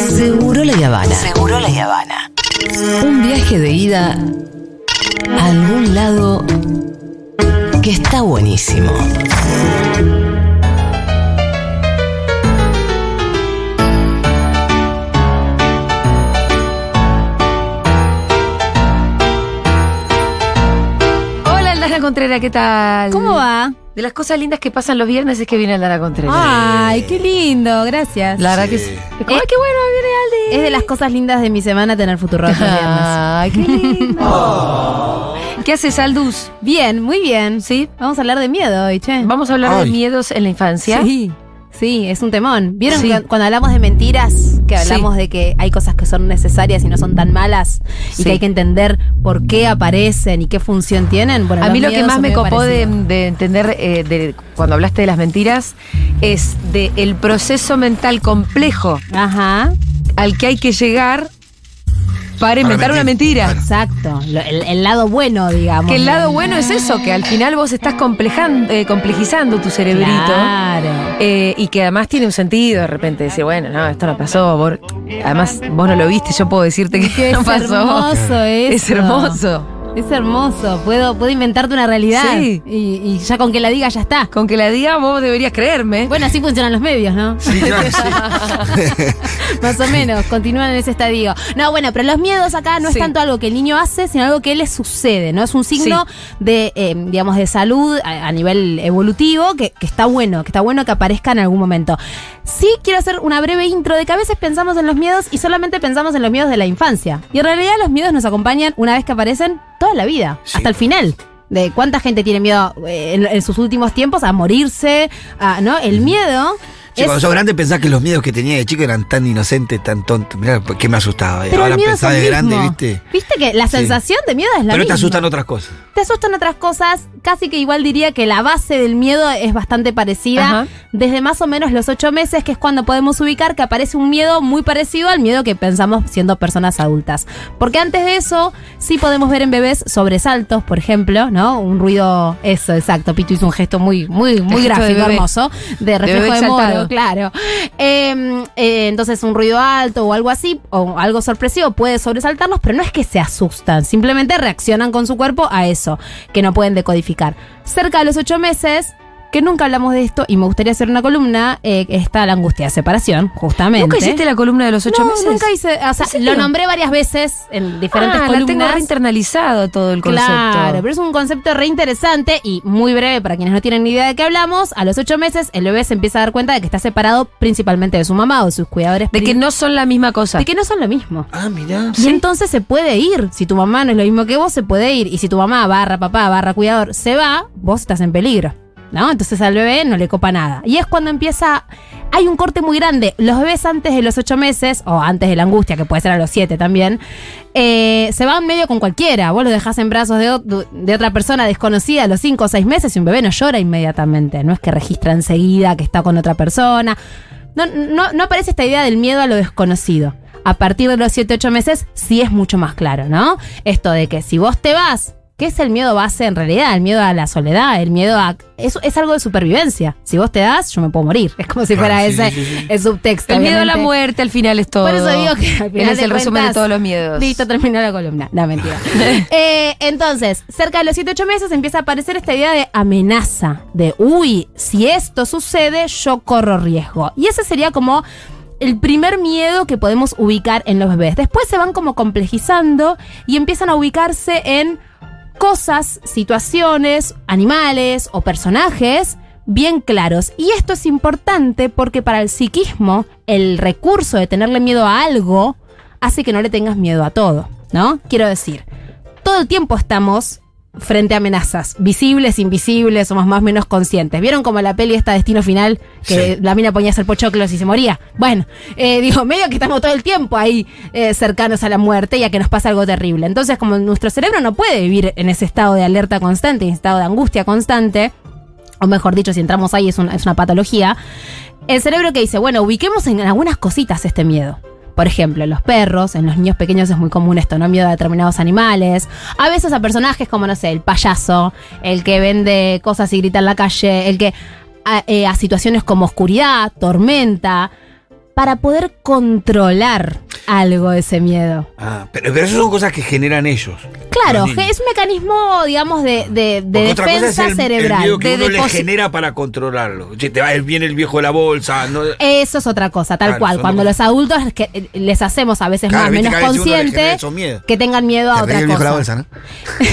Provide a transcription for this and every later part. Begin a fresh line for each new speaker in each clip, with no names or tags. la Yavana.
Seguro la Habana.
Un viaje de ida a algún lado que está buenísimo.
Hola, Aldana Contreras, ¿qué tal?
¿Cómo va?
De las cosas lindas que pasan los viernes es que viene Aldana Contreras.
Ay, qué lindo, gracias.
la verdad que sí. ¡Ay, qué bueno! Viene Aldi.
Es de las cosas lindas de mi semana tener futuro los viernes.
¡Ay, qué lindo! ¿Qué haces, Aldus?
Bien, muy bien. Sí. Vamos a hablar de miedo hoy, che.
Vamos a hablar de
Ay.
miedos en la infancia.
Sí. Sí, es un temón. ¿Vieron
Sí.
que cuando hablamos de mentiras, que hablamos de que hay cosas que son necesarias y no son tan malas
Sí.
y que hay que entender por qué aparecen y qué función tienen? Bueno,
A mí
los
lo que
miedos
más
son
me
medio
copó de,
parecidos.
de entender eh, de cuando hablaste de las mentiras es de el proceso mental complejo
Ajá,
al que hay que llegar para inventar una
mentir,
mentira.
claro.
exacto. Lo- el, el lado bueno, digamos.
Que el lado
del-
bueno es eso, que al final vos estás complejan- eh, complejizando tu cerebrito.
Claro.
Eh, y que además tiene un sentido de repente decir, bueno, no, esto no pasó. vos- además, vos no lo viste, yo puedo decirte que
Que
no
es
pasó.
hermoso eso.
Es hermoso.
Es hermoso, puedo, puedo inventarte una realidad.
Sí.
Y, y ya con que la diga ya está.
Con que la diga, vos deberías creerme.
Bueno, así funcionan los medios, ¿no?
Sí, claro, sí.
Más o menos, continúan en ese estadio. No, bueno, pero los miedos acá no
Sí.
es tanto algo que el niño hace, sino algo que le sucede, ¿no? Es un signo de, eh, digamos, de salud a, a nivel evolutivo que, que está bueno, que está bueno que aparezca en algún momento. Sí quiero hacer una breve intro de que a veces pensamos en los miedos y solamente pensamos en los miedos de la infancia. Y en realidad los miedos nos acompañan una vez que aparecen toda la vida,
Sí.
hasta el final. De cuánta gente tiene miedo eh, en, en sus últimos tiempos a morirse, a, ¿no? El miedo.
Che,
es-
cuando sos grande pensás que los miedos que tenía de chico eran tan inocentes, tan tontos. Mirá, que me asustaba. eh.
Pero el
Ahora
miedo es
pensás
el
de grande,
mismo.
¿viste?
Viste que la
Sí.
sensación de miedo es la
Pero te
misma.
asustan otras cosas.
Te asustan otras cosas, casi que igual diría que la base del miedo es bastante parecida.
Ajá.
Desde más o menos los ocho meses, que es cuando podemos ubicar que aparece un miedo muy parecido al miedo que pensamos siendo personas adultas. Porque antes de eso, sí podemos ver en bebés sobresaltos, por ejemplo, ¿no? Un ruido, eso, exacto. Pitu hizo un gesto muy, muy,
gesto
muy
de
gráfico,
bebé.
hermoso, de reflejo
bebé
de, moro,
exaltado.
claro. Eh, eh, entonces, un ruido alto o algo así, o algo sorpresivo, puede sobresaltarlos, pero no es que se asustan, simplemente reaccionan con su cuerpo a eso, que no pueden decodificar. Cerca de los ocho meses, que nunca hablamos de esto, y me gustaría hacer una columna, eh, está la angustia de separación, justamente.
¿Nunca hiciste la columna de los ocho
No,
meses?
nunca hice, o sea,
¿En serio?
lo nombré varias veces en diferentes
Ah, la
columnas.
tengo re internalizado todo el concepto.
Claro, pero es un concepto re interesante y muy breve para quienes no tienen ni idea de qué hablamos. A los ocho meses, el bebé se empieza a dar cuenta de que está separado principalmente de su mamá o de sus cuidadores.
de que
prim-
no son la misma cosa.
de que no son lo mismo.
Ah, mirá.
Y entonces se puede ir. Si tu mamá no es lo mismo que vos, se puede ir. Y si tu mamá, barra papá, barra cuidador, se va, vos estás en peligro. ¿No? Entonces al bebé no le copa nada. Y es cuando empieza. Hay un corte muy grande. Los bebés antes de los ocho meses, o antes de la angustia, que puede ser a los siete también, eh, se van medio con cualquiera. Vos lo dejás en brazos de, ot- de otra persona desconocida a los cinco o seis meses y un bebé no llora inmediatamente. No es que registra enseguida que está con otra persona. No, no, no aparece esta idea del miedo a lo desconocido. A partir de los 7, 8 meses sí es mucho más claro, ¿no? Esto de que si vos te vas, ¿qué es el miedo base en realidad? El miedo a la soledad, el miedo a... Es, es algo de supervivencia. Si vos te das, yo me puedo morir. Es como si
Claro,
fuera
Ah, sí,
ese
sí, sí, sí.
el subtexto.
el miedo a la
obviamente.
muerte al final es todo.
Por eso digo que al final
es
de
el resumen de
cuentas,
todos los miedos.
Listo, terminó la columna. No, mentira. Eh, entonces, cerca de los 7, 8 meses empieza a aparecer esta idea de amenaza. De, uy, si esto sucede, yo corro riesgo. Y ese sería como el primer miedo que podemos ubicar en los bebés. Después se van como complejizando y empiezan a ubicarse en cosas, situaciones, animales o personajes bien claros. Y esto es importante porque para el psiquismo el recurso de tenerle miedo a algo hace que no le tengas miedo a todo, ¿no? Quiero decir, todo el tiempo estamos frente a amenazas, visibles, invisibles, somos más o menos conscientes. ¿Vieron como la peli esta Destino Final, que
Sí.
la mina ponía a hacer pochoclos y se moría? Bueno, eh, digo, medio que estamos todo el tiempo ahí eh, cercanos a la muerte y a que nos pasa algo terrible. Entonces, como nuestro cerebro no puede vivir en ese estado de alerta constante, en ese estado de angustia constante, o mejor dicho, si entramos ahí es una, es una patología, el cerebro que dice, bueno, ubiquemos en algunas cositas este miedo. Por ejemplo, en los perros, en los niños pequeños es muy común esto, ¿no? Miedo a determinados animales. A veces a personajes como, no sé, el payaso, el que vende cosas y grita en la calle, el que a, eh, a situaciones como oscuridad, tormenta, para poder controlar algo de ese miedo.
Ah, pero, pero eso son cosas que generan ellos.
Claro,
los niños.
es un mecanismo, digamos, de, de- de
Porque otra cosa es
defensa
el, el
cerebral.
miedo que
de
uno le
deposi-
genera para controlarlo. Che, te va, eh, viene el viejo de la bolsa. No,
Eso es otra cosa, tal
Claro,
cual.
son
Cuando
dos
los adultos que eh, les hacemos a veces
Claro,
más
viste
menos
que a veces uno le genera
conscientes,
esos miedos.
que tengan miedo a
Te ríe
otra
el viejo de
cosa.
la bolsa,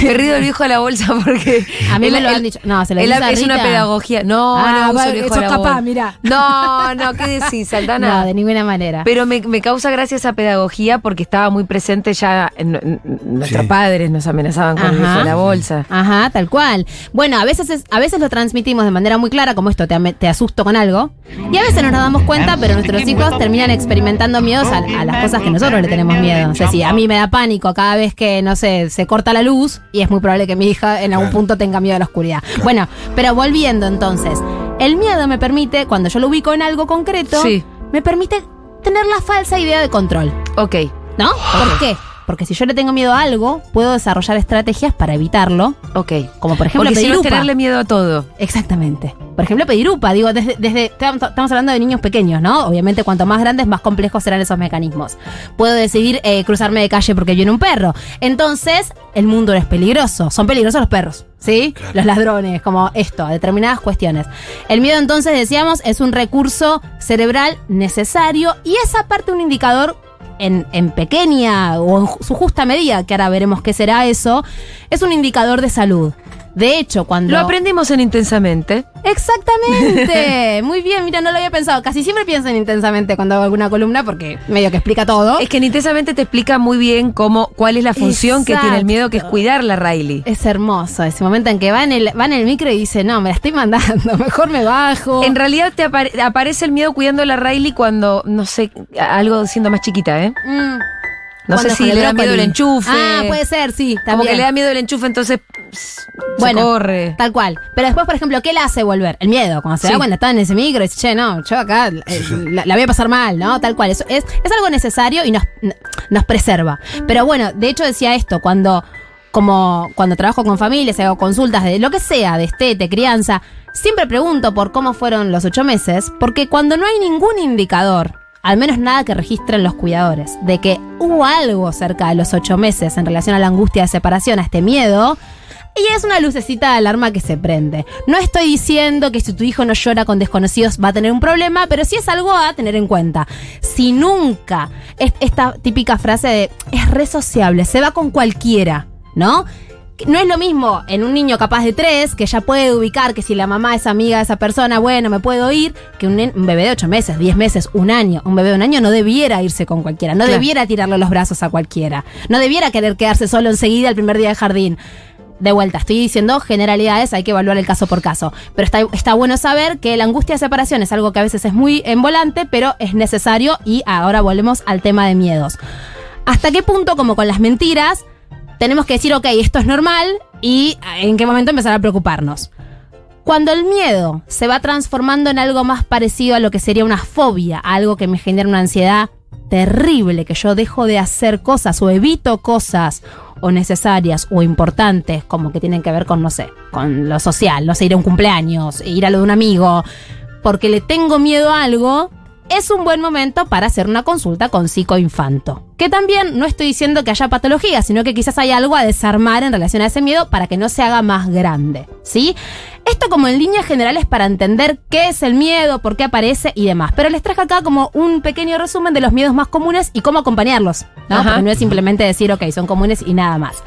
¿no?
Me río del viejo de la bolsa porque.
A mí me
el-
lo
el-
han dicho. No, se lo
el-
dice a
Es una
Rita.
pedagogía. No,
Ah,
no, uso
va,
el viejo
sos
de la
capaz,
bolsa.
mirá.
No, no, ¿qué decís, Saldana?
No, de ninguna manera.
Pero me, me causa gracia esa pedagogía porque estaba muy presente ya. en- en- en- nuestros
Sí.
padres nos amenazaban con el
Ajá.
viejo de la bolsa.
Ajá, tal cual. Bueno, a veces, es- a veces lo transmitimos de manera muy clara, como esto, te, ame- te asusto con algo. Y a veces no nos damos cuenta, pero nuestros hijos terminan experimentando miedos a, a las cosas que nosotros le tenemos miedo. O sea, si a mí me da pánico cada vez que, no sé, se corta la luz, y es muy probable que mi hija en algún
Claro.
punto tenga miedo a la oscuridad. Bueno, pero volviendo entonces, el miedo me permite, cuando yo lo ubico en algo concreto,
Sí.
me permite tener la falsa idea de control.
Ok.
¿No? ¿Por qué? Porque si yo le tengo miedo a algo, puedo desarrollar estrategias para evitarlo.
Ok.
Como por ejemplo
Porque si
pedir
no es
upa.
tenerle miedo a todo.
Exactamente. Por ejemplo, pedir upa. Digo, desde, desde- estamos estamos hablando de niños pequeños, ¿no? Obviamente, cuanto más grandes, más complejos serán esos mecanismos. Puedo decidir eh, cruzarme de calle porque viene un perro. Entonces, el mundo no es peligroso. Son peligrosos los perros, ¿sí?
Claro.
Los ladrones, como esto, determinadas cuestiones. El miedo, entonces, decíamos, es un recurso cerebral necesario y es aparte un indicador en, en pequeña o en ju- su justa medida, que ahora veremos qué será eso, es un indicador de salud. De hecho, cuando...
Lo aprendimos en Intensamente.
Exactamente. Muy bien, mira, no lo había pensado. Casi siempre pienso en intensamente cuando hago alguna columna porque medio que explica todo.
Es que en Intensamente te explica muy bien cómo, cuál es la función que tiene el miedo, que es
Exacto.
cuidarla, Riley.
Es hermoso ese momento en que va en el, va en el micro y dice, no, me la estoy mandando, mejor me bajo. Mm.
En realidad te apare- aparece el miedo cuidando a la Riley cuando, no sé, a- algo siendo más chiquita, ¿eh?
Mm.
No sé
Cuando
si
con el
le da
brócoli.
miedo el enchufe.
Ah, puede ser, sí. También.
Como que le da miedo el enchufe, entonces pss,
Bueno.
se corre.
Tal cual. Pero después, por ejemplo, ¿qué le hace volver? El miedo. Cuando se
Sí.
da cuenta, está en ese micro y dice, che, no, yo acá eh, la, la voy a pasar mal, ¿no? Tal cual. Eso es, es algo necesario y nos, n- nos preserva. Pero bueno, de hecho decía esto, cuando, como, cuando trabajo con familias, hago consultas de lo que sea, de estete, crianza, siempre pregunto por cómo fueron los ocho meses, porque cuando no hay ningún indicador, al menos nada que registren los cuidadores, de que hubo algo cerca de los ocho meses en relación a la angustia de separación, a este miedo, y es una lucecita de alarma que se prende. No estoy diciendo que si tu hijo no llora con desconocidos va a tener un problema, pero sí es algo a tener en cuenta. Si nunca, es esta típica frase de es re sociable, se va con cualquiera, ¿no? Que No es lo mismo en un niño capaz de tres, que ya puede ubicar que si la mamá es amiga de esa persona, bueno, me puedo ir, que un, nen- un bebé de ocho meses, diez meses, un año. Un bebé de un año no debiera irse con cualquiera, no
Claro.
debiera tirarle los brazos a cualquiera, no debiera querer quedarse solo enseguida el primer día de jardín. De vuelta, estoy diciendo generalidades, hay que evaluar el caso por caso. Pero está, está bueno saber que la angustia de separación es algo que a veces es muy envolante, pero es necesario y ahora volvemos al tema de miedos. ¿Hasta qué punto, como con las mentiras, tenemos que decir, ok, esto es normal y en qué momento empezar a preocuparnos? Cuando el miedo se va transformando en algo más parecido a lo que sería una fobia, a algo que me genera una ansiedad terrible, que yo dejo de hacer cosas o evito cosas o necesarias o importantes, como que tienen que ver con, no sé, con lo social, no sé, ir a un cumpleaños, ir a lo de un amigo, porque le tengo miedo a algo, es un buen momento para hacer una consulta con psicoinfanto. Que también no estoy diciendo que haya patología, sino que quizás hay algo a desarmar en relación a ese miedo para que no se haga más grande, ¿sí? Esto como en líneas generales para entender qué es el miedo, por qué aparece y demás. Pero les traje acá como un pequeño resumen de los miedos más comunes y cómo acompañarlos, ¿no?
Ajá.
Porque no es simplemente decir, ok, son comunes y nada más.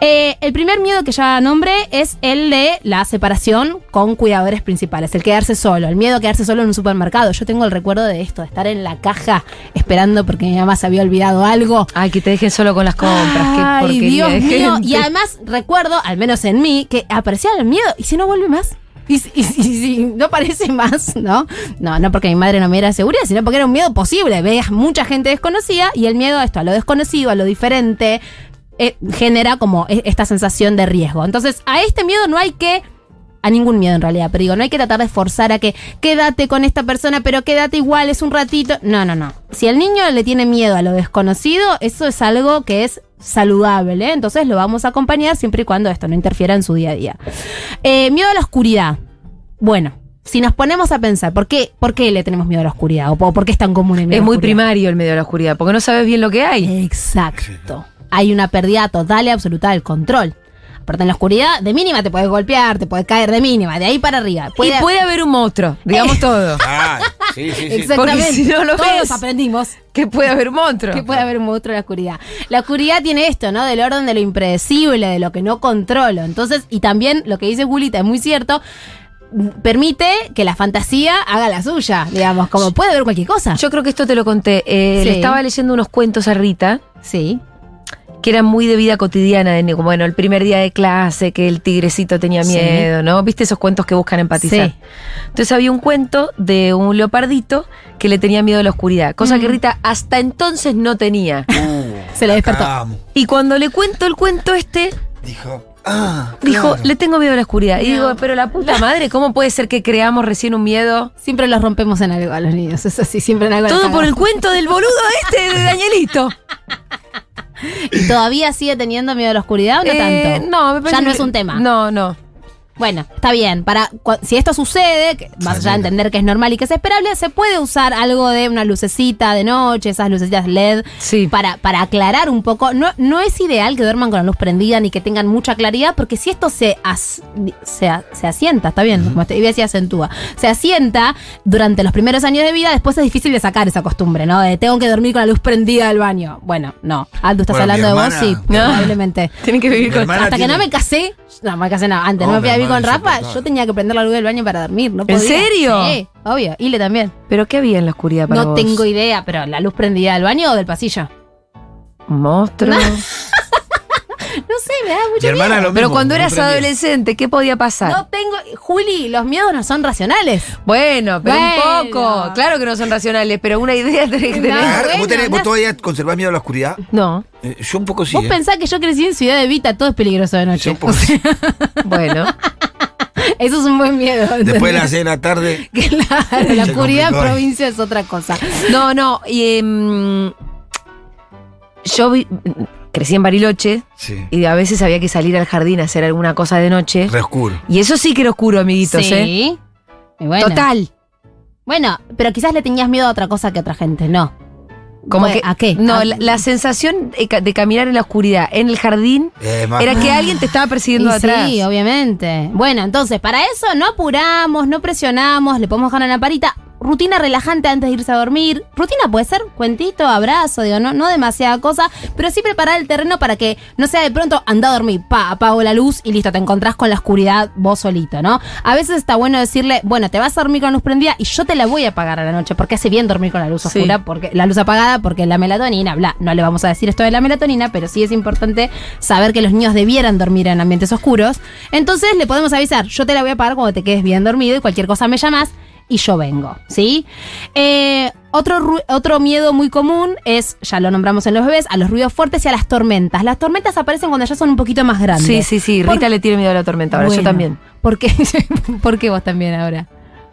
Eh, el primer miedo que ya nombré es el de la separación con cuidadores principales, el quedarse solo, el miedo a quedarse solo en un supermercado. Yo tengo el recuerdo de esto, de estar en la caja esperando porque mi mamá se había olvidado algo.
Ay, que te dejen solo con las compras. qué
Ay,
porquería
Dios
de
mío.
gente.
Y además recuerdo, al menos en mí, que aparecía el miedo. ¿Y si no vuelve más? Y si, y si- y si no aparece más, ¿no? No, no porque mi madre no me diera seguridad, sino porque era un miedo posible. Veías mucha gente desconocida y el miedo a esto, a lo desconocido, a lo diferente, eh, genera como e- esta sensación de riesgo. Entonces, a este miedo no hay que a ningún miedo en realidad, pero digo, no hay que tratar de forzar a que quédate con esta persona, pero quédate igual, es un ratito. No, no, no. Si el niño le tiene miedo a lo desconocido, eso es algo que es saludable, ¿eh? entonces lo vamos a acompañar siempre y cuando esto no interfiera en su día a día. Eh, miedo a la oscuridad. Bueno, si nos ponemos a pensar, ¿por qué, por qué le tenemos miedo a la oscuridad? ¿O po- por qué es tan común el miedo
Es
a la
muy
oscuridad?
primario el medio de la oscuridad, porque no sabes bien lo que
Eh,
hay.
Exacto. Hay una pérdida total y absoluta del control. Aparte, en la oscuridad, de mínima te puedes golpear, te puedes caer de mínima, de ahí para arriba. Puede- Eh.
Y puede haber un monstruo, digamos todo.
Ah, sí, sí, sí.
Exactamente.
Porque si no lo
Todos
ves.
aprendimos.
Que puede haber un monstruo.
Que puede haber un monstruo en la oscuridad. La oscuridad tiene esto, ¿no? Del orden de lo impredecible, de lo que no controlo. Entonces, y también lo que dice Julita es muy cierto, m- permite que la fantasía haga la suya, digamos, como puede haber cualquier cosa.
Yo creo que esto te lo conté. Eh,
Sí.
Le estaba leyendo unos cuentos a Rita
sí.
que eran muy de vida cotidiana, de, como, bueno, el primer día de clase, que el tigrecito tenía
Sí.
miedo, ¿no? ¿Viste esos cuentos que buscan empatizar?
Sí.
Entonces había un cuento de un leopardito que le tenía miedo a la oscuridad, cosa
Mm.
que Rita hasta entonces no tenía.
Uh,
Se le despertó.
cam.
Y cuando le cuento el cuento este,
Dijo, ah,
dijo,
claro.
le tengo miedo a la oscuridad. Y
No.
digo, pero la puta madre, ¿cómo puede ser que creamos recién un miedo?
Siempre los rompemos en algo a los niños, eso sí, siempre en algo. los
Todo por el
cagamos.
cuento del boludo este de Danielito.
¿Y todavía sigue teniendo miedo a la oscuridad o no
Eh,
tanto?
no, me parece
Ya no
que-
es un tema.
No, no.
Bueno, está bien. Para cua- si esto sucede, que más allá de entender que es normal y que es esperable, se puede usar algo de una lucecita de noche, esas lucecitas LED,
Sí.
para, para aclarar un poco. No, no es ideal que duerman con la luz prendida ni que tengan mucha claridad, porque si esto se, as- se, a- se asienta, está bien, como te iba a decir, acentúa, se asienta durante los primeros años de vida, después es difícil de sacar esa costumbre, ¿no? De tengo que dormir con la luz prendida del baño. Bueno, no. Aldo, estás
Bueno, mi
hablando de vos, sí,
hermana-
probablemente.
Tienen que vivir
Mi
con.
hermana
Hasta que
tiene- Oh,
no me casé, no me casé nada. Antes no,
No,
me fui a
mi
vivir con
hermana es
Rafa,
insoportable.
yo tenía que prender la luz del baño para dormir, no
¿En
podía.
serio?
Sí, obvio. Ile también.
¿Pero qué había en la oscuridad para
no
vos?
tengo idea, pero la luz prendida del baño o del pasillo.
¿Un monstruo.
No sé, me da mucho
Mi hermana
miedo.
lo mismo.
Pero cuando
no
eras
prendía.
adolescente, ¿qué podía pasar?
No tengo. Juli, los miedos no son racionales.
Bueno, pero
Bueno.
un poco. Claro que no son racionales, pero una idea tenés que
No.
tener.
Agarra-
bueno,
¿Vos, tenés- vos
andás.
todavía conservás miedo a la oscuridad?
No.
Eh, yo un poco sí.
Vos
eh.
pensás que yo crecí en Ciudad de Vita, todo es peligroso de
Yo
noche.
un poco sí.
Bueno.
Eso es un buen miedo. ¿entendés?
Después de las seis de la tarde.
Claro, la oscuridad
Se
en
complicó. eh.
provincia es otra cosa.
No, no. y, em, yo vi- crecí en Bariloche
Sí.
y a veces había que salir al jardín a hacer alguna cosa de noche.
Re oscuro.
Y eso sí que era oscuro, amiguitos, ¿eh?
Y bueno.
Total.
Bueno, pero quizás le tenías miedo a otra cosa que a otra gente, no.
Como que,
Bueno, ¿a qué?
No,
¿A-
la, la sensación de, ca- de caminar en la oscuridad, en el jardín,
Eh, más-
era que alguien te estaba persiguiendo
Ah. Y
atrás.
Sí, obviamente. Bueno, entonces, para eso no apuramos, no presionamos, le podemos dejar una parita. Rutina relajante antes de irse a dormir. Rutina puede ser cuentito, abrazo, digo, no, no demasiada cosa, pero sí preparar el terreno para que no sea de pronto anda a dormir, pa, apago la luz y listo, te encontrás con la oscuridad vos solito, ¿no? A veces está bueno decirle, bueno, te vas a dormir con la luz prendida y yo te la voy a apagar a la noche, porque hace bien dormir con la luz
Sí.
oscura, porque la luz apagada porque la melatonina, bla, no le vamos a decir esto de la melatonina, pero sí es importante saber que los niños debieran dormir en ambientes oscuros. Entonces le podemos avisar, yo te la voy a apagar cuando te quedes bien dormido y cualquier cosa me llamas y yo vengo, ¿sí? Eh, otro, ru- otro miedo muy común es, ya lo nombramos en los bebés, a los ruidos fuertes y a las tormentas. Las tormentas aparecen cuando ya son un poquito más grandes.
Sí, sí, sí.
Por-
Rita le tiene miedo a la tormenta, ahora yo
Bueno,
también.
¿Por qué? ¿Por qué vos también ahora?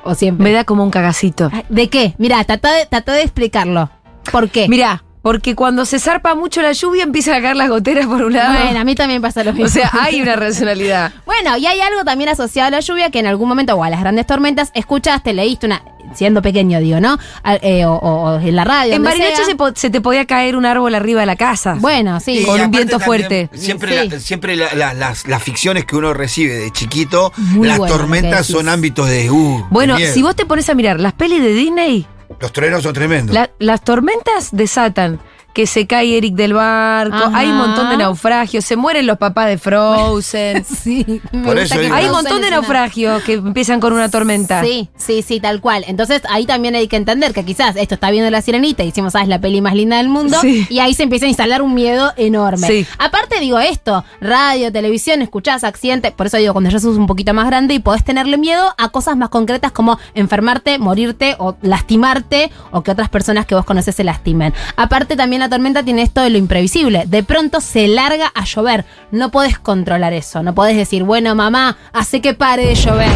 ¿O siempre?
Me da como un cagacito.
Ay, ¿De qué? Mira, tratá de, tratá de explicarlo. ¿Por qué?
Mirá, porque cuando se zarpa mucho la lluvia empiezan a caer las goteras por un lado.
Bueno, a mí también pasa lo mismo.
o sea, hay una racionalidad.
Bueno, y hay algo también asociado a la lluvia que en algún momento, o a las grandes tormentas, escuchaste, leíste una. Siendo pequeño, digo, ¿no? Al- eh, o, o- o en la radio.
En
donde sea.
Bariloche se, po- se te podía caer un árbol arriba de la casa.
Bueno, sí.
Y
Con un
aparte
viento
también,
fuerte.
Siempre,
Sí.
la- siempre la- la- las, las ficciones que uno recibe de chiquito,
Muy
las
bueno lo que
tormentas
decís.
son ámbitos de. Uh,
Bueno,
de miedo.
si vos te pones a mirar las pelis de Disney,
Los truenos son tremendos.
la- las tormentas desatan. Que se cae Eric del barco,
Ajá.
hay un montón de naufragios, se mueren los papás de Frozen.
sí. me
Por
gusta
eso
que
digo.
hay
Frozen
un
no
montón de
suene sonar.
naufragios que empiezan con una tormenta.
Sí, sí, sí, tal cual. Entonces ahí también hay que entender que quizás esto está viendo la sirenita y decimos, ah, es la peli más linda del mundo.
Sí.
Y ahí se empieza a instalar un miedo enorme.
Sí.
Aparte digo esto, radio, televisión, escuchás accidentes. Por eso digo, cuando ya sos un poquito más grande y podés tenerle miedo a cosas más concretas como enfermarte, morirte o lastimarte o que otras personas que vos conoces se lastimen. Aparte también la tormenta tiene esto de lo imprevisible. De pronto se larga a llover. No podés controlar eso. No podés decir, bueno, mamá, hace que pare de llover.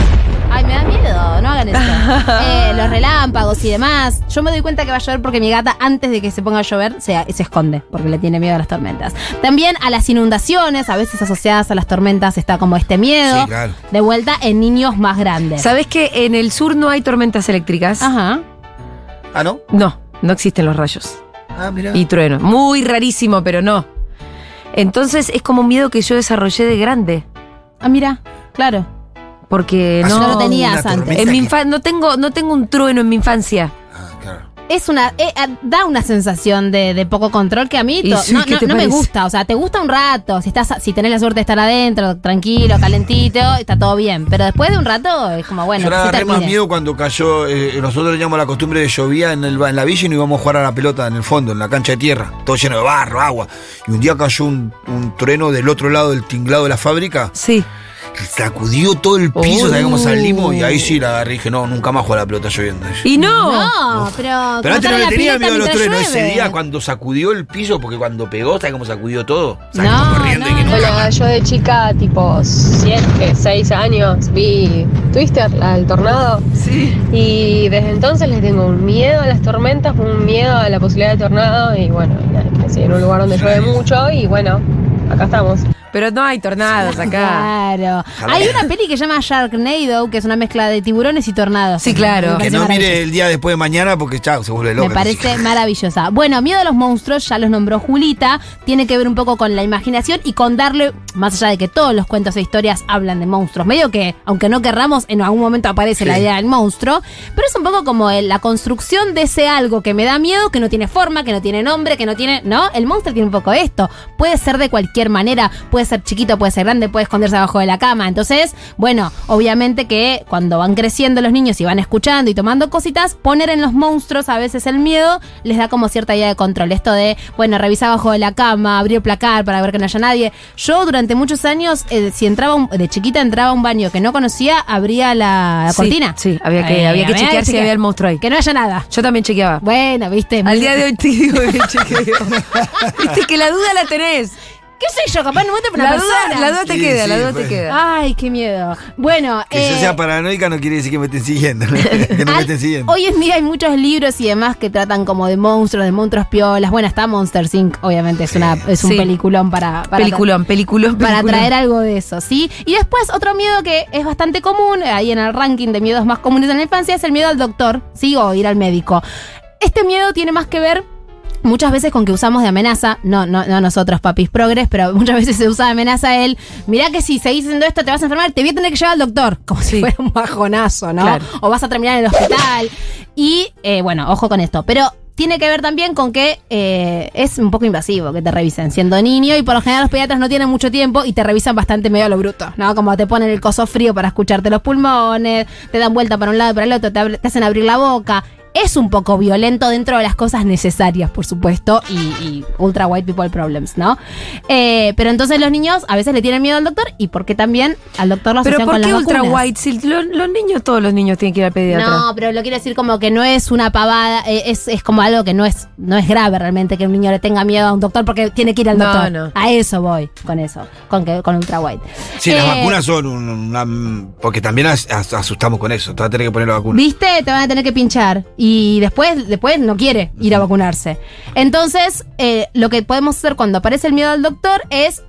Ay, me da miedo, no hagan eso. Eh, los relámpagos y demás. Yo me doy cuenta que va a llover porque mi gata, antes de que se ponga a llover, se, se esconde, porque le tiene miedo a las tormentas. También a las inundaciones, a veces asociadas a las tormentas, está como este miedo.
Sí, claro.
De vuelta en niños más grandes.
¿Sabés que en el sur no hay tormentas eléctricas?
Ajá.
Ah, ¿no?
No, no existen los rayos.
Ah, mira.
y trueno. Muy rarísimo, pero no. Entonces es como un miedo que yo desarrollé de grande.
Ah, mira, claro.
Porque
Ah,
no,
No lo
una
tenías antes.
tormenta
en mi
que-
infa- no tengo, no tengo un trueno en mi infancia.
Ah, claro.
Es una, eh, eh, da una sensación de, de poco control que a mí
Y
to-
sí,
no,
¿qué
no-
te
no me
parece?
gusta. O sea, te gusta un rato. Si estás, si tenés la suerte de estar adentro, tranquilo, calentito, está todo bien. Pero después de un rato es como, bueno,
Yo le
que se
agarré más
termine.
miedo cuando cayó. eh, nosotros teníamos la costumbre de llovía en, el, ba- en la villa y no íbamos a jugar a la pelota en el fondo, en la cancha de tierra. Todo lleno de barro, agua. Y un día cayó un, un trueno del otro lado del tinglado de la fábrica.
Sí.
que Sacudió todo el piso,
Oh.
¿sabés cómo salimos? Y ahí sí la agarré y dije, no, nunca más juego a la pelota lloviendo.
Y no.
No, pero.
Pero
cortar
antes no le
la
tenía
pileta
miedo a los
mientras
truenos. Ese
llueve.
día cuando sacudió el piso, porque cuando pegó, ¿sabes cómo sacudió todo? Salimos
No,
corriendo y
no,
que
no,
nunca
Bueno,
más.
yo de chica, tipo ah. 7, 6 años, vi Twister, la del tornado.
Sí.
Y desde entonces les tengo un miedo a las tormentas, un miedo a la posibilidad de tornado. Y bueno, nada, crecí en un lugar donde llueve mucho y bueno, acá estamos.
Pero no hay tornados acá.
Claro.
Ojalá.
Hay una peli que se llama Sharknado, que es una mezcla de tiburones y tornados.
Sí, claro.
Me
Que
parece
no
maravilloso.
mire el día después de mañana porque chao, se vuelve loca.
Me
la
parece
chica.
maravillosa. Bueno, miedo a los monstruos, ya los nombró Julita, tiene que ver un poco con la imaginación y con darle, más allá de que todos los cuentos e historias hablan de monstruos, medio que, aunque no querramos, en algún momento aparece
Sí.
la idea del monstruo, pero es un poco como el- la construcción de ese algo que me da miedo, que no tiene forma, que no tiene nombre, que no tiene, ¿no? El monstruo tiene un poco esto, puede ser de cualquier manera, puede ser chiquito, puede ser grande, puede esconderse abajo de la cama, entonces, bueno, obviamente que cuando van creciendo los niños y van escuchando y tomando cositas, poner en los monstruos a veces el miedo les da como cierta idea de control. Esto de, bueno, revisar abajo de la cama, abrir el placar para ver que no haya nadie. Yo durante muchos años, eh, si entraba un- de chiquita entraba a un baño que no conocía, abría la, la
Sí,
cortina.
Sí, había que,
Eh,
había que chequear si
chequear.
había el monstruo ahí.
Que no haya nada.
Yo también chequeaba.
Bueno, viste.
Al día de hoy te digo que chequeo. Viste que la duda la tenés.
¿Qué sé yo? Capaz no muestra una
La duda,
persona. Ah,
la duda te
Sí,
queda,
sí,
la duda
pues.
te queda.
Ay, qué miedo. Bueno,
Que yo
eh,
sea paranoica no quiere decir que me estén siguiendo. que no me
Al-
estén siguiendo.
Hoy en día hay muchos libros y demás que tratan como de monstruos, de monstruos piolas. Bueno, está Monster Inc. Obviamente es, una, es un
Sí.
peliculón para, para
peliculón, peliculón,
para
peliculón.
traer algo de eso, ¿sí? Y después otro miedo que es bastante común, ahí en el ranking de miedos más comunes en la infancia, es el miedo al doctor, ¿sí? O ir al médico. Este miedo tiene más que ver muchas veces con que usamos de amenaza, no, no, no nosotros, papis progres, pero muchas veces se usa de amenaza el, mirá que si seguís haciendo esto te vas a enfermar, te voy a tener que llevar al doctor, como si
Sí.
fuera un bajonazo, ¿no?
Claro.
O vas a terminar en el hospital. Y eh, bueno, ojo con esto, pero... Tiene que ver también con que eh, es un poco invasivo que te revisen siendo niño y por lo general los pediatras no tienen mucho tiempo y te revisan bastante medio a lo bruto, ¿no? Como te ponen el coso frío para escucharte los pulmones, te dan vuelta para un lado y para el otro, te, abre- te hacen abrir la boca. Es un poco violento dentro de las cosas necesarias, por supuesto, y, y ultra white people problems, ¿no? Eh, pero entonces los niños a veces le tienen miedo al doctor y porque también al doctor lo
Pero
asocian
¿por
con
qué
las
ultra
vacunas.
white? Si lo- los niños, todos los niños tienen que ir al pediatra.
No, pero lo quiero decir como que no es una pavada, eh, es, es como algo que no es, no es grave realmente que un niño le tenga miedo a un doctor porque tiene que ir al
No,
doctor.
no.
A eso voy con eso, con que con ultra white.
Sí, las
Eh,
vacunas son un- una. Porque también as- as- asustamos con eso. Te vas a tener que poner la vacuna.
¿Viste? Te van a tener que pinchar. Y después, después no quiere ir a vacunarse. Entonces, eh, lo que podemos hacer cuando aparece el miedo al doctor es,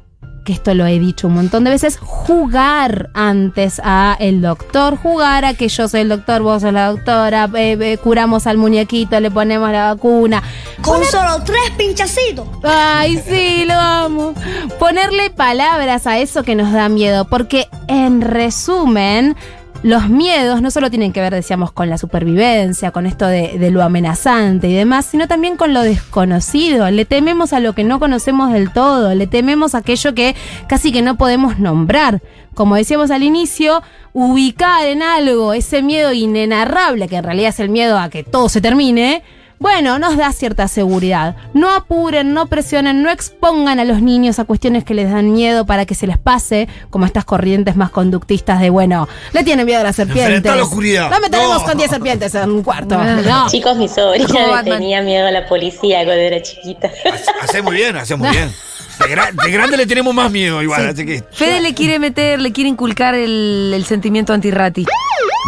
que esto lo he dicho un montón de veces, jugar antes a el doctor, jugar a que yo soy el doctor, vos sos la doctora, eh, eh, curamos al muñequito, le ponemos la vacuna.
Con solo tres pinchacitos.
Ay, sí, lo amo. Ponerle palabras a eso que nos da miedo, porque en resumen, los miedos no solo tienen que ver, decíamos, con la supervivencia, con esto de, de lo amenazante y demás, sino también con lo desconocido. Le tememos a lo que no conocemos del todo, le tememos a aquello que casi que no podemos nombrar. Como decíamos al inicio, ubicar en algo ese miedo inenarrable, que en realidad es el miedo a que todo se termine, bueno, nos da cierta seguridad. No apuren, no presionen, no expongan a los niños a cuestiones que les dan miedo para que se les pase, como estas corrientes más conductistas de, bueno, le tienen miedo a las serpientes.
Enfrentá la oscuridad.
La meteremos
No.
con 10 serpientes en un cuarto. No.
Chicos, mi sobrina
Como
le
Batman.
tenía miedo a la policía cuando era chiquita.
Hace- Hace muy bien, hace muy bien. De, gra- de grande le tenemos más miedo igual, así que.
Fede le quiere meter, le quiere inculcar el, el sentimiento antirrati.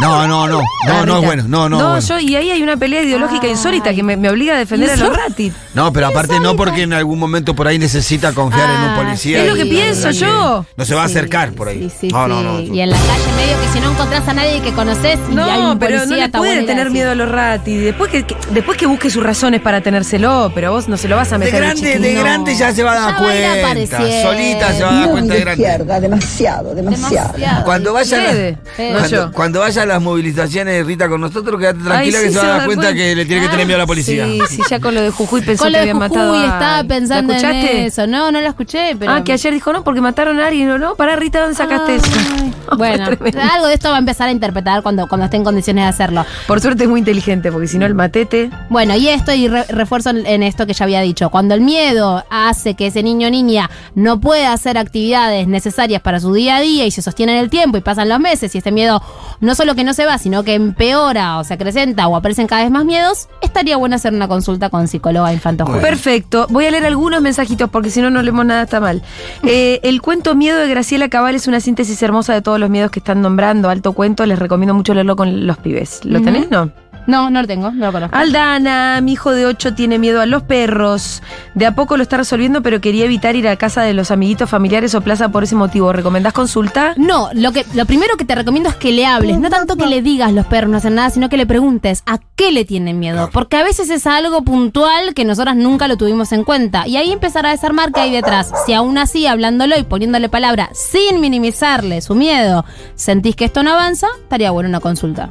No, no, no. No, no es bueno. No, no. es bueno.
yo, y ahí hay una pelea ideológica insólita que me, me obliga a defender a los ratis.
No, pero aparte no porque en algún momento por ahí necesita confiar en un
Ah,
policía.
es lo
y
que
la
pienso
verdad que
yo.
No se va a acercar por ahí.
Sí, sí,
no,
sí.
no, no.
Y en la calle medio que si no encontrás a nadie que conoces y hay
No,
un
pero no
policía,
le
está
puede
bueno ir a
tener
decir.
miedo a los ratis. Después que, que- después que busque sus razones para tenérselo, pero vos no se lo vas a
De
meter. al
grande,
chiquilín.
de grande ya se va a
Ya
dar
va a ir
cuenta.
apareciendo.
Solita se va a dar cuenta de grande.
demasiado,
Demasiado.
Cuando vayan,
Fede,
las-
Fede.
cuando,
yo.
cuando vayan las movilizaciones, Rita, con nosotros, quédate tranquila
Ay,
que
sí,
se va a dar cuenta que le tiene que tener miedo a la policía.
Ah, Sí, sí, ya con lo de Jujuy pensó
Con lo
que
de
habían matado.
Jujuy
a-
estaba pensando
¿La
en
escuchaste?
eso. No, no la escuché, pero...
Ah, que ayer dijo no, porque mataron a alguien, ¿o no? Pará, Rita, ¿dónde sacaste
Ay.
eso?
Bueno,
Fue tremendo.
algo de esto va a empezar a interpretar cuando, cuando esté en condiciones de hacerlo.
Por suerte es muy inteligente, porque si no el matete.
Bueno, y esto, y re- refuerzo en esto que ya había dicho, cuando el miedo hace que ese niño o niña no pueda hacer actividades necesarias para su día a día y se sostiene en el tiempo y pasan los meses y este miedo no solo que no se va, sino que empeora o se acrecenta o aparecen cada vez más miedos, estaría bueno hacer una consulta con psicóloga infantojuvenil.
Perfecto. Voy a leer algunos mensajitos porque si no, no leemos nada, está mal. Eh, el cuento Miedo de Graciela Cabal es una síntesis hermosa de todos los miedos que están nombrando. Alto cuento, les recomiendo mucho leerlo con los pibes. ¿Lo
Ujú.
tenés, no?
No, no lo tengo, no lo conozco.
Aldana, mi hijo de 8 tiene miedo a los perros. De a poco lo está resolviendo, pero quería evitar ir a casa de los amiguitos familiares o plaza por ese motivo. ¿Recomendás consulta?
No, lo, que, lo primero que te recomiendo es que le hables, no tanto que le digas los perros no hacen nada, sino que le preguntes a qué le tienen miedo, porque a veces es algo puntual que nosotras nunca lo tuvimos en cuenta. Y ahí empezará a desarmar que hay detrás. Si aún así, hablándolo y poniéndole palabra sin minimizarle su miedo, sentís que esto no avanza, estaría bueno una consulta.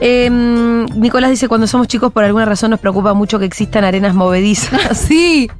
Eh, Nicolás dice, cuando somos chicos por alguna razón nos preocupa mucho que existan arenas movedizas.
Sí,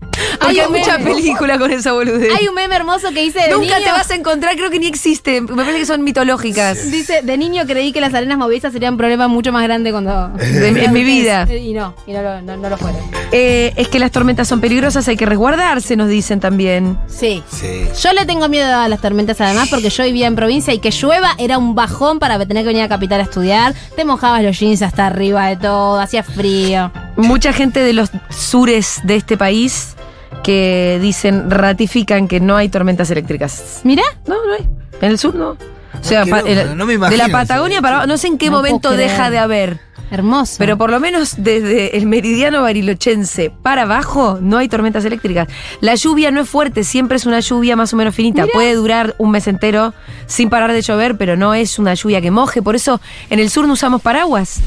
Porque hay
un
mucha
meme.
película con esa boludez.
Hay un meme hermoso que dice de
Nunca te
niño-
vas a encontrar, creo que ni existen. Me parece que son mitológicas.
Dice, de niño creí que las arenas movedizas serían un problema mucho más grande cuando...
De- en mi vida.
eh, Y no, y no, lo- no- no lo fueron.
Eh, es que las tormentas son peligrosas, hay que resguardarse, nos dicen también.
Sí.
Sí.
Yo le tengo miedo a las tormentas además porque yo vivía en provincia y que llueva era un bajón para tener que venir a capital a estudiar. Te mojabas los jeans hasta arriba de todo, hacía frío.
Mucha gente de los sures de este país que dicen, ratifican que no hay tormentas eléctricas.
Mirá,
No, no hay. En el sur no. O sea,
qué
pa-
loco,
el-
no me
de
imagino
la
eso.
Patagonia para abajo, no sé en qué
No puedo
momento deja
creer.
de haber.
hermoso.
Pero por lo menos desde el meridiano barilochense para abajo no hay tormentas eléctricas. La lluvia no es fuerte, siempre es una lluvia más o menos finita. Puede durar un mes entero sin parar de llover, pero no es una lluvia que moje. Por eso en el sur no usamos paraguas.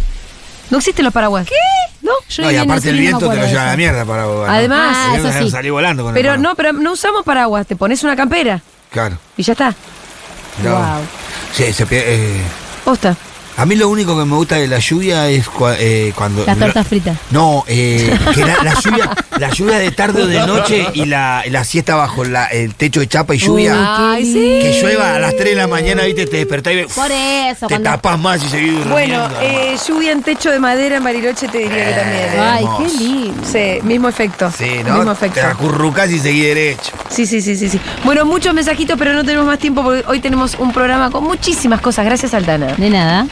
No existen los paraguas. ¿Qué? No.
Yo
No, y
vivía en
aparte
sur
el
y no me
viento te
acuerdo de
lo lleva a
eso.
la mierda para vos. ¿no?
Además,
Ah, eso sí.
salí volando con el
Pero
palo.
no, pero no usamos paraguas. Te pones una campera
Claro.
y ya está.
no.
Guau.
Sí, se pie- eh,
Posta.
a mí lo único que me gusta de la lluvia es cua- eh, cuando.
Las tortas fritas.
No, eh, que la, la lluvia, la lluvia de tarde o de noche y la, la siesta bajo la- el techo de chapa y lluvia.
Ay, sí.
Que llueva a las 3 de la mañana, viste, te despertás y ves,
Por eso,
te
cuando-
tapás más y seguís
Bueno,
durmiendo,
eh, lluvia en techo de madera en Bariloche te diría que también. ¿eh?
Ay,
hermoso.
qué lindo.
Sí, mismo efecto.
Sí,
Mismo
¿no?
efecto.
Te acurrucás y seguís derecho.
Sí, sí, sí, sí, sí. Bueno, muchos mensajitos, pero no tenemos más tiempo porque hoy tenemos un programa con muchísimas cosas. Gracias, Aldana.
De nada.